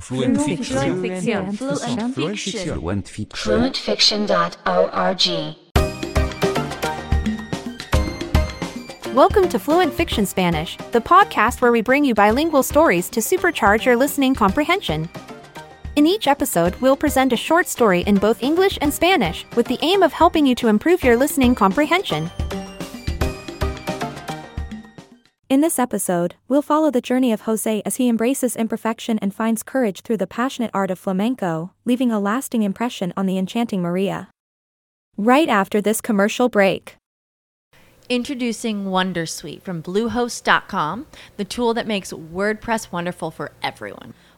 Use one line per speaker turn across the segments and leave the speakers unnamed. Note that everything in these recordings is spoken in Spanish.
Fluent
Fluent
Fiction.
Fiction.
Fluent
Fluent
Fiction.
Fiction.
Fluent Fiction.
FluentFiction.org.
Welcome to Fluent Fiction Spanish, the podcast where we bring you bilingual stories to supercharge your listening comprehension. In each episode, we'll present a short story in both English and Spanish with the aim of helping you to improve your listening comprehension. In this episode, we'll follow the journey of Jose as he embraces imperfection and finds courage through the passionate art of flamenco, leaving a lasting impression on the enchanting Maria. Right after this commercial break.
Introducing Wondersuite from Bluehost.com, the tool that makes WordPress wonderful for everyone.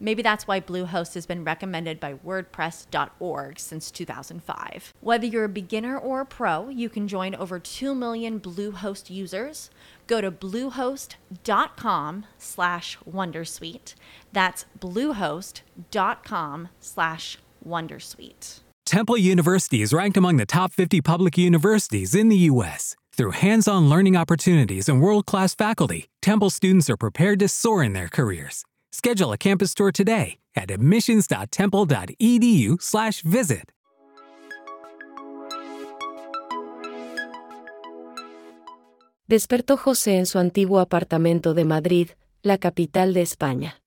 Maybe that's why Bluehost has been recommended by WordPress.org since 2005. Whether you're a beginner or a pro, you can join over 2 million Bluehost users. Go to bluehost.com slash Wondersuite. That's bluehost.com slash Wondersuite.
Temple University is ranked among the top 50 public universities in the U.S. Through hands on learning opportunities and world class faculty, Temple students are prepared to soar in their careers. Schedule a campus tour today at E admissions.temple.edu/slash visit.
Despertó José en su antiguo apartamento de Madrid, la capital de España.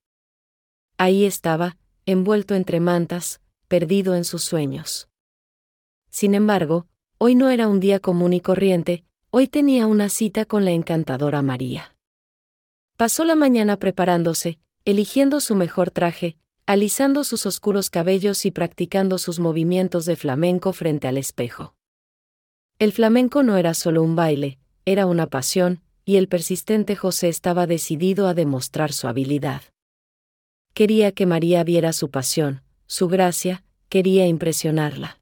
Ahí estaba, envuelto entre mantas, perdido en sus sueños. Sin embargo, hoy no era un día común y corriente, hoy tenía una cita con la encantadora María. Pasó la mañana preparándose, eligiendo su mejor traje, alisando sus oscuros cabellos y practicando sus movimientos de flamenco frente al espejo. El flamenco no era solo un baile, era una pasión, y el persistente José estaba decidido a demostrar su habilidad. Quería que María viera su pasión, su gracia, quería impresionarla.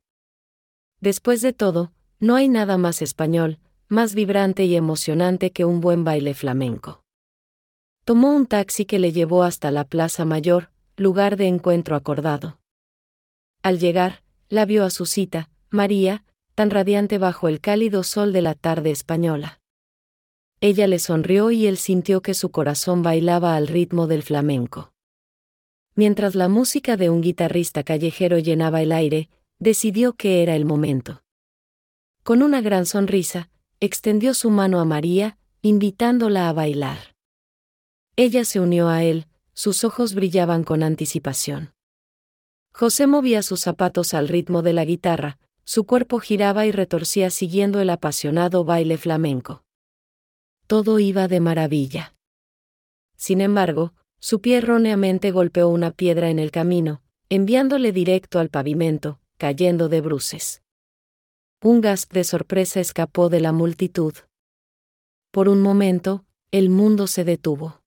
Después de todo, no hay nada más español, más vibrante y emocionante que un buen baile flamenco. Tomó un taxi que le llevó hasta la Plaza Mayor, lugar de encuentro acordado. Al llegar, la vio a su cita, María, tan radiante bajo el cálido sol de la tarde española. Ella le sonrió y él sintió que su corazón bailaba al ritmo del flamenco. Mientras la música de un guitarrista callejero llenaba el aire, decidió que era el momento. Con una gran sonrisa, extendió su mano a María, invitándola a bailar. Ella se unió a él, sus ojos brillaban con anticipación. José movía sus zapatos al ritmo de la guitarra, su cuerpo giraba y retorcía siguiendo el apasionado baile flamenco. Todo iba de maravilla. Sin embargo, su pie erróneamente golpeó una piedra en el camino, enviándole directo al pavimento, cayendo de bruces. Un gasp de sorpresa escapó de la multitud. Por un momento, el mundo se detuvo.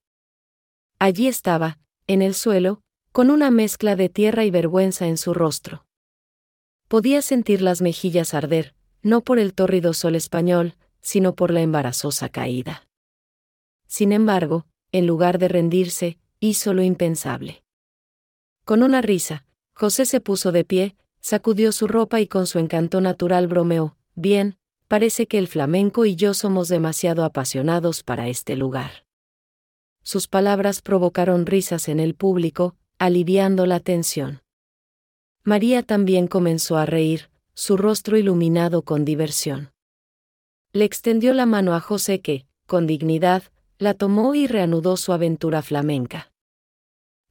Allí estaba, en el suelo, con una mezcla de tierra y vergüenza en su rostro. Podía sentir las mejillas arder, no por el tórrido sol español, sino por la embarazosa caída. Sin embargo, en lugar de rendirse, hizo lo impensable. Con una risa, José se puso de pie, sacudió su ropa y con su encanto natural bromeó, bien, parece que el flamenco y yo somos demasiado apasionados para este lugar. Sus palabras provocaron risas en el público, aliviando la tensión. María también comenzó a reír, su rostro iluminado con diversión. Le extendió la mano a José que, con dignidad, la tomó y reanudó su aventura flamenca.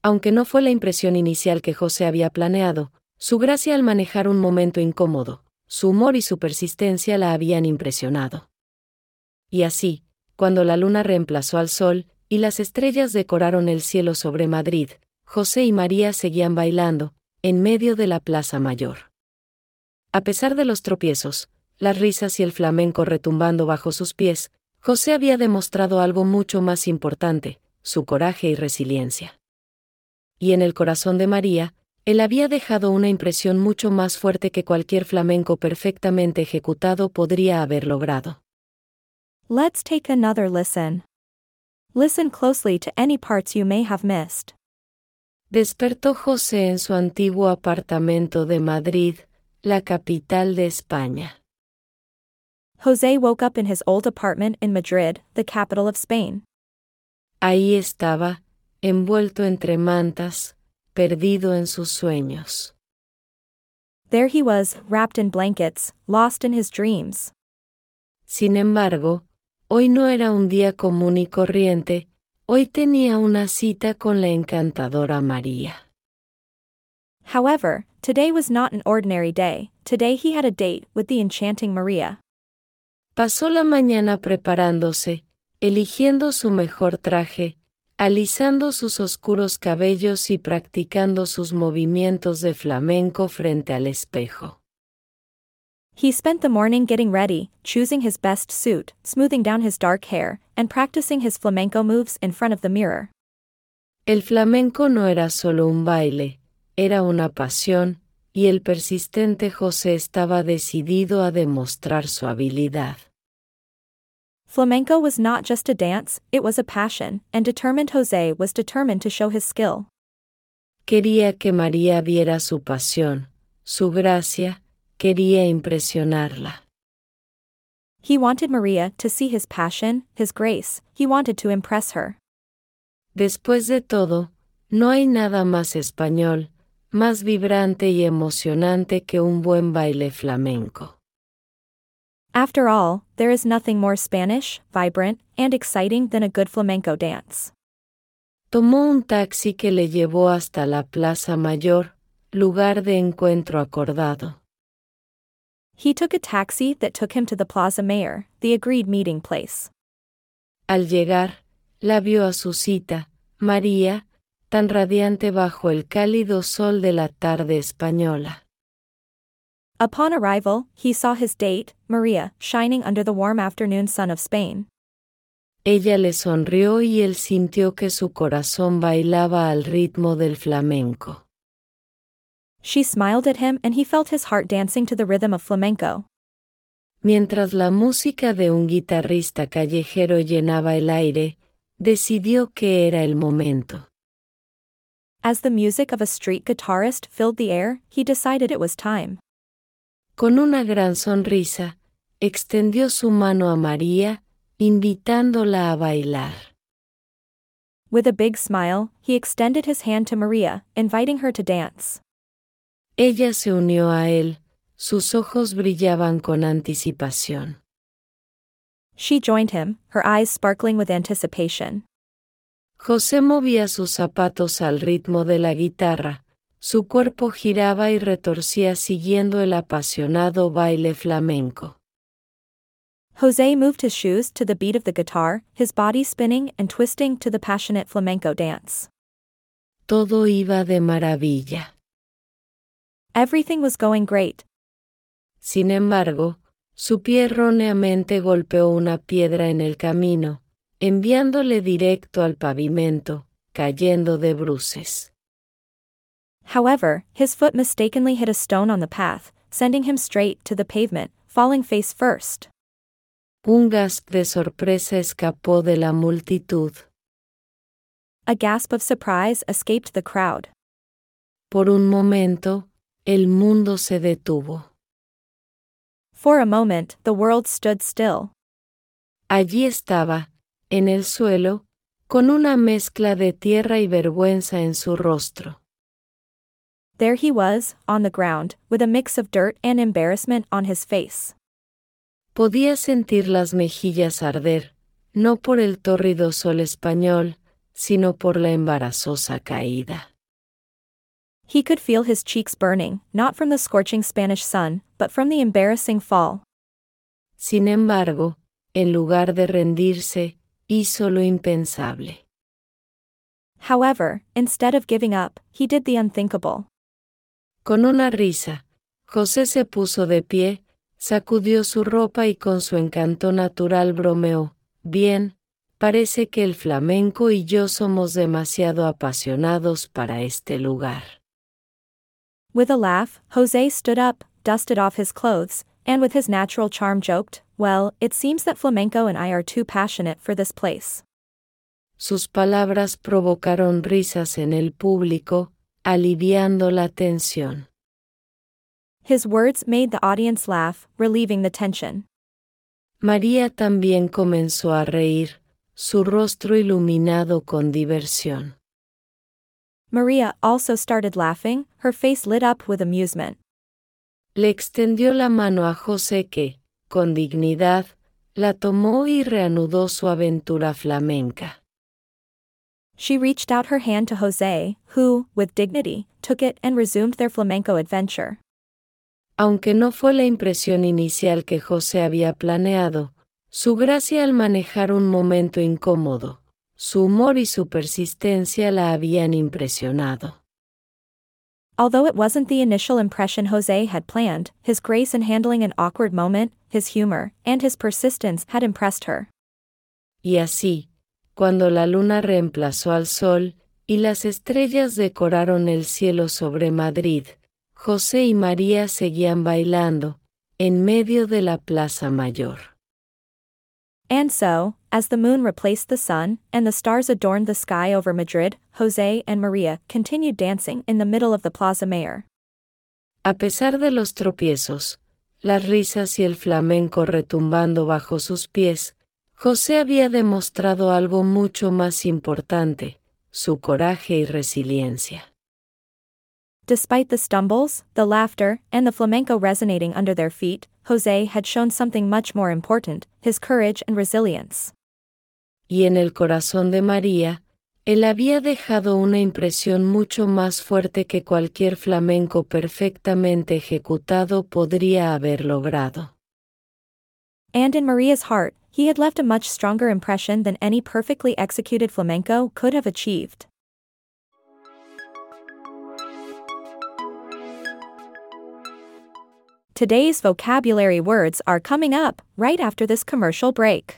Aunque no fue la impresión inicial que José había planeado, su gracia al manejar un momento incómodo, su humor y su persistencia la habían impresionado. Y así, cuando la luna reemplazó al sol, y las estrellas decoraron el cielo sobre Madrid, José y María seguían bailando, en medio de la Plaza Mayor. A pesar de los tropiezos, las risas y el flamenco retumbando bajo sus pies, José había demostrado algo mucho más importante, su coraje y resiliencia. Y en el corazón de María, él había dejado una impresión mucho más fuerte que cualquier flamenco perfectamente ejecutado podría haber logrado.
Let's take another listen. Listen closely to any parts you may have missed.
Despertó José en su antiguo apartamento de Madrid, la capital de España.
Jose woke up in his old apartment in Madrid, the capital of Spain.
Ahí estaba, envuelto entre mantas, perdido en sus sueños.
There he was, wrapped in blankets, lost in his dreams.
Sin embargo, hoy no era un día común y corriente, hoy tenía una cita con la encantadora María.
However, today was not an ordinary day, today he had a date with the enchanting Maria.
Pasó la mañana preparándose, eligiendo su mejor traje, alisando sus oscuros cabellos y practicando sus movimientos de flamenco frente al espejo.
He spent the morning getting ready, choosing his best suit, smoothing down his dark hair, and practicing his flamenco moves in front of the mirror.
El flamenco no era solo un baile, era una pasión, y el persistente José estaba decidido a demostrar su habilidad.
Flamenco was not just a dance, it was a passion, and determined Jose was determined to show his skill.
Quería que María viera su pasión, su gracia, quería impresionarla.
He wanted Maria to see his passion, his grace, he wanted to impress her.
Después de todo, no hay nada más español, más vibrante y emocionante que un buen baile flamenco.
After all, there is nothing more Spanish, vibrant, and exciting than a good flamenco dance.
Tomó un taxi que le llevó hasta la Plaza Mayor, lugar de encuentro acordado.
He took a taxi that took him to the Plaza Mayor, the agreed meeting place.
Al llegar, la vio a su cita, María, tan radiante bajo el cálido sol de la tarde española.
Upon arrival, he saw his date, Maria, shining under the warm afternoon sun of Spain.
Ella le sonrió y él sintió que su corazón bailaba al ritmo del flamenco.
She smiled at him and he felt his heart dancing to the rhythm of flamenco.
Mientras la música de un guitarrista callejero llenaba el aire, decidió que era el momento.
As the music of a street guitarist filled the air, he decided it was time.
Con una gran sonrisa, extendió su mano a María, invitándola a bailar.
With a big smile, he extended his hand to Maria, inviting her to dance.
Ella se unió a él, sus ojos brillaban con anticipación.
She joined him, her eyes sparkling with anticipation.
José movía sus zapatos al ritmo de la guitarra, su cuerpo giraba y retorcía siguiendo el apasionado baile flamenco.
Jose moved his shoes to the beat of the guitar, his body spinning and twisting to the passionate flamenco dance.
Todo iba de maravilla.
Everything was going great.
Sin embargo, su pie erróneamente golpeó una piedra en el camino, enviándole directo al pavimento, cayendo de bruces.
However, his foot mistakenly hit a stone on the path, sending him straight to the pavement, falling face first.
Un gasp de sorpresa escapó de la multitud.
A gasp of surprise escaped the crowd.
Por un momento, el mundo se detuvo.
For a moment, the world stood still.
Allí estaba, en el suelo, con una mezcla de tierra y vergüenza en su rostro.
There he was, on the ground, with a mix of dirt and embarrassment on his face.
Podía sentir las mejillas arder, no por el tórrido sol español, sino por la embarazosa caída.
He could feel his cheeks burning, not from the scorching Spanish sun, but from the embarrassing fall.
Sin embargo, en lugar de rendirse, hizo lo impensable.
However, instead of giving up, he did the unthinkable.
Con una risa, José se puso de pie, sacudió su ropa y con su encanto natural bromeó. Bien, parece que el flamenco y yo somos demasiado apasionados para este lugar.
With a laugh, Jose stood up, dusted off his clothes, and with his natural charm joked, Well, it seems that flamenco and I are too passionate for this place.
Sus palabras provocaron risas en el público, aliviando la tensión.
His words made the audience laugh, relieving the tension.
María también comenzó a reír, su rostro iluminado con diversión.
Maria also started laughing, her face lit up with amusement.
Le extendió la mano a José que, con dignidad, la tomó y reanudó su aventura flamenca.
She reached out her hand to Jose, who, with dignity, took it and resumed their flamenco adventure.
Aunque no fue la impresión inicial que José había planeado, su gracia al manejar un momento incómodo, su humor y su persistencia la habían impresionado.
Although it wasn't the initial impression Jose had planned, his grace in handling an awkward moment, his humor, and his persistence had impressed her.
Y así, cuando la luna reemplazó al sol, y las estrellas decoraron el cielo sobre Madrid, José y María seguían bailando, en medio de la Plaza Mayor.
And so, as the moon replaced the sun, and the stars adorned the sky over Madrid, Jose and Maria continued dancing in the middle of the Plaza Mayor.
A pesar de los tropiezos, las risas y el flamenco retumbando bajo sus pies, José había demostrado algo mucho más importante, su coraje y resiliencia.
Despite the stumbles, the laughter, and the flamenco resonating under their feet, Jose had shown something much more important his courage and resilience.
Y en el corazón de María, él había dejado una impresión mucho más fuerte que cualquier flamenco perfectamente ejecutado podría haber logrado.
And in Maria's heart, he had left a much stronger impression than any perfectly executed flamenco could have achieved. Today's vocabulary words are coming up right after this commercial break.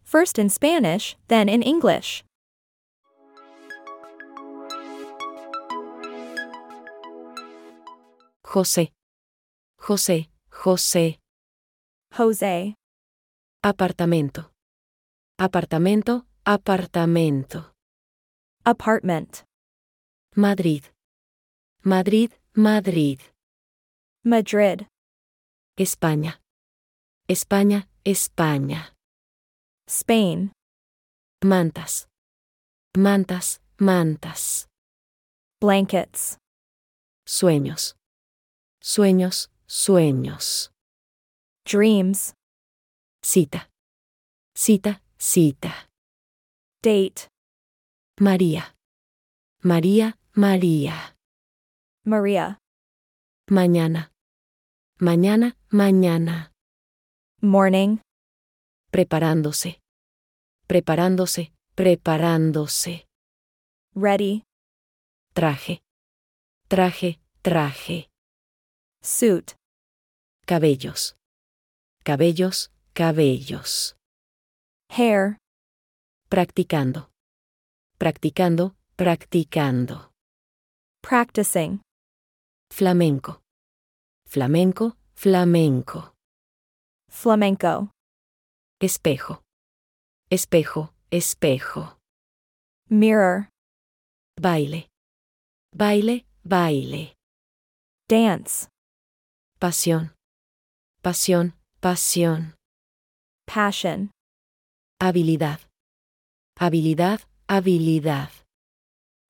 first in Spanish, then in English.
José. José, José.
Jose.
Apartamento. Apartamento, apartamento.
Apartment.
Madrid. Madrid, Madrid.
Madrid.
España. España, España.
Spain.
Mantas. Mantas, mantas.
Blankets.
Sueños. Sueños, sueños.
Dreams.
Cita. Cita, Cita.
Date.
María. María, María.
Maria.
Mañana. Mañana, mañana.
Morning.
Preparándose. Preparándose, preparándose.
Ready.
Traje. Traje, traje.
Suit.
Cabellos. Cabellos, cabellos.
Hair.
Practicando. Practicando, practicando.
Practicing.
Flamenco. Flamenco, flamenco.
Flamenco.
Espejo. Espejo, espejo.
Mirror.
Baile. Baile, baile.
Dance.
Pasión. Pasión, pasión.
Passion.
Habilidad. Habilidad, habilidad.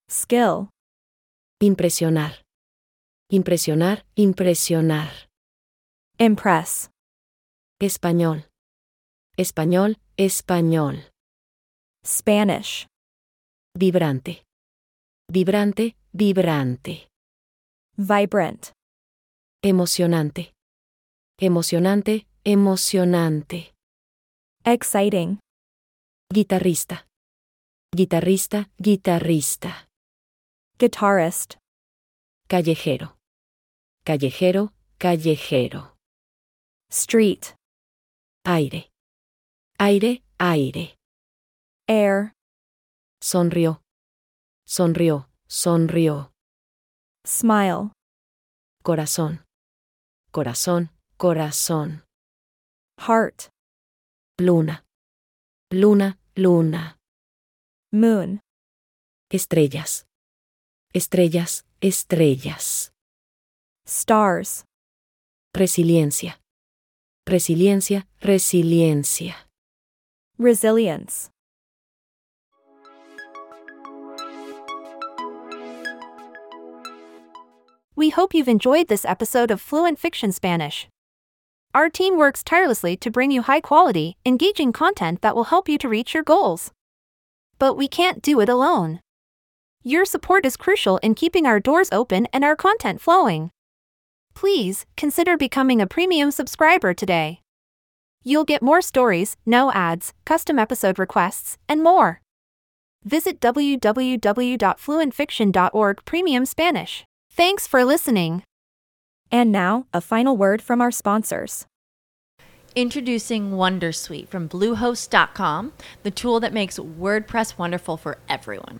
Skill.
Impresionar. Impresionar, impresionar.
Impress.
Español. Español, español.
Spanish.
Vibrante. Vibrante, vibrante.
Vibrant.
Emocionante. Emocionante, emocionante.
Exciting.
Guitarrista. Guitarrista, guitarrista.
Guitarist.
Callejero. Callejero, callejero.
Street.
Aire. Aire, aire.
Air.
Sonrió. Sonrió, sonrió.
Smile.
Corazón. Corazón, corazón.
Heart.
Luna. Luna, luna.
Moon.
Estrellas. Estrellas, estrellas.
Stars.
Resiliencia. Resiliencia, resiliencia.
Resilience.
We hope you've enjoyed this episode of Fluent Fiction Spanish. Our team works tirelessly to bring you high quality, engaging content that will help you to reach your goals. But we can't do it alone. Your support is crucial in keeping our doors open and our content flowing. Please consider becoming a premium subscriber today. You'll get more stories, no ads, custom episode requests, and more. Visit www.fluentfiction.org premium Spanish. Thanks for listening.
And now, a final word from our sponsors.
Introducing Wondersuite from Bluehost.com, the tool that makes WordPress wonderful for everyone.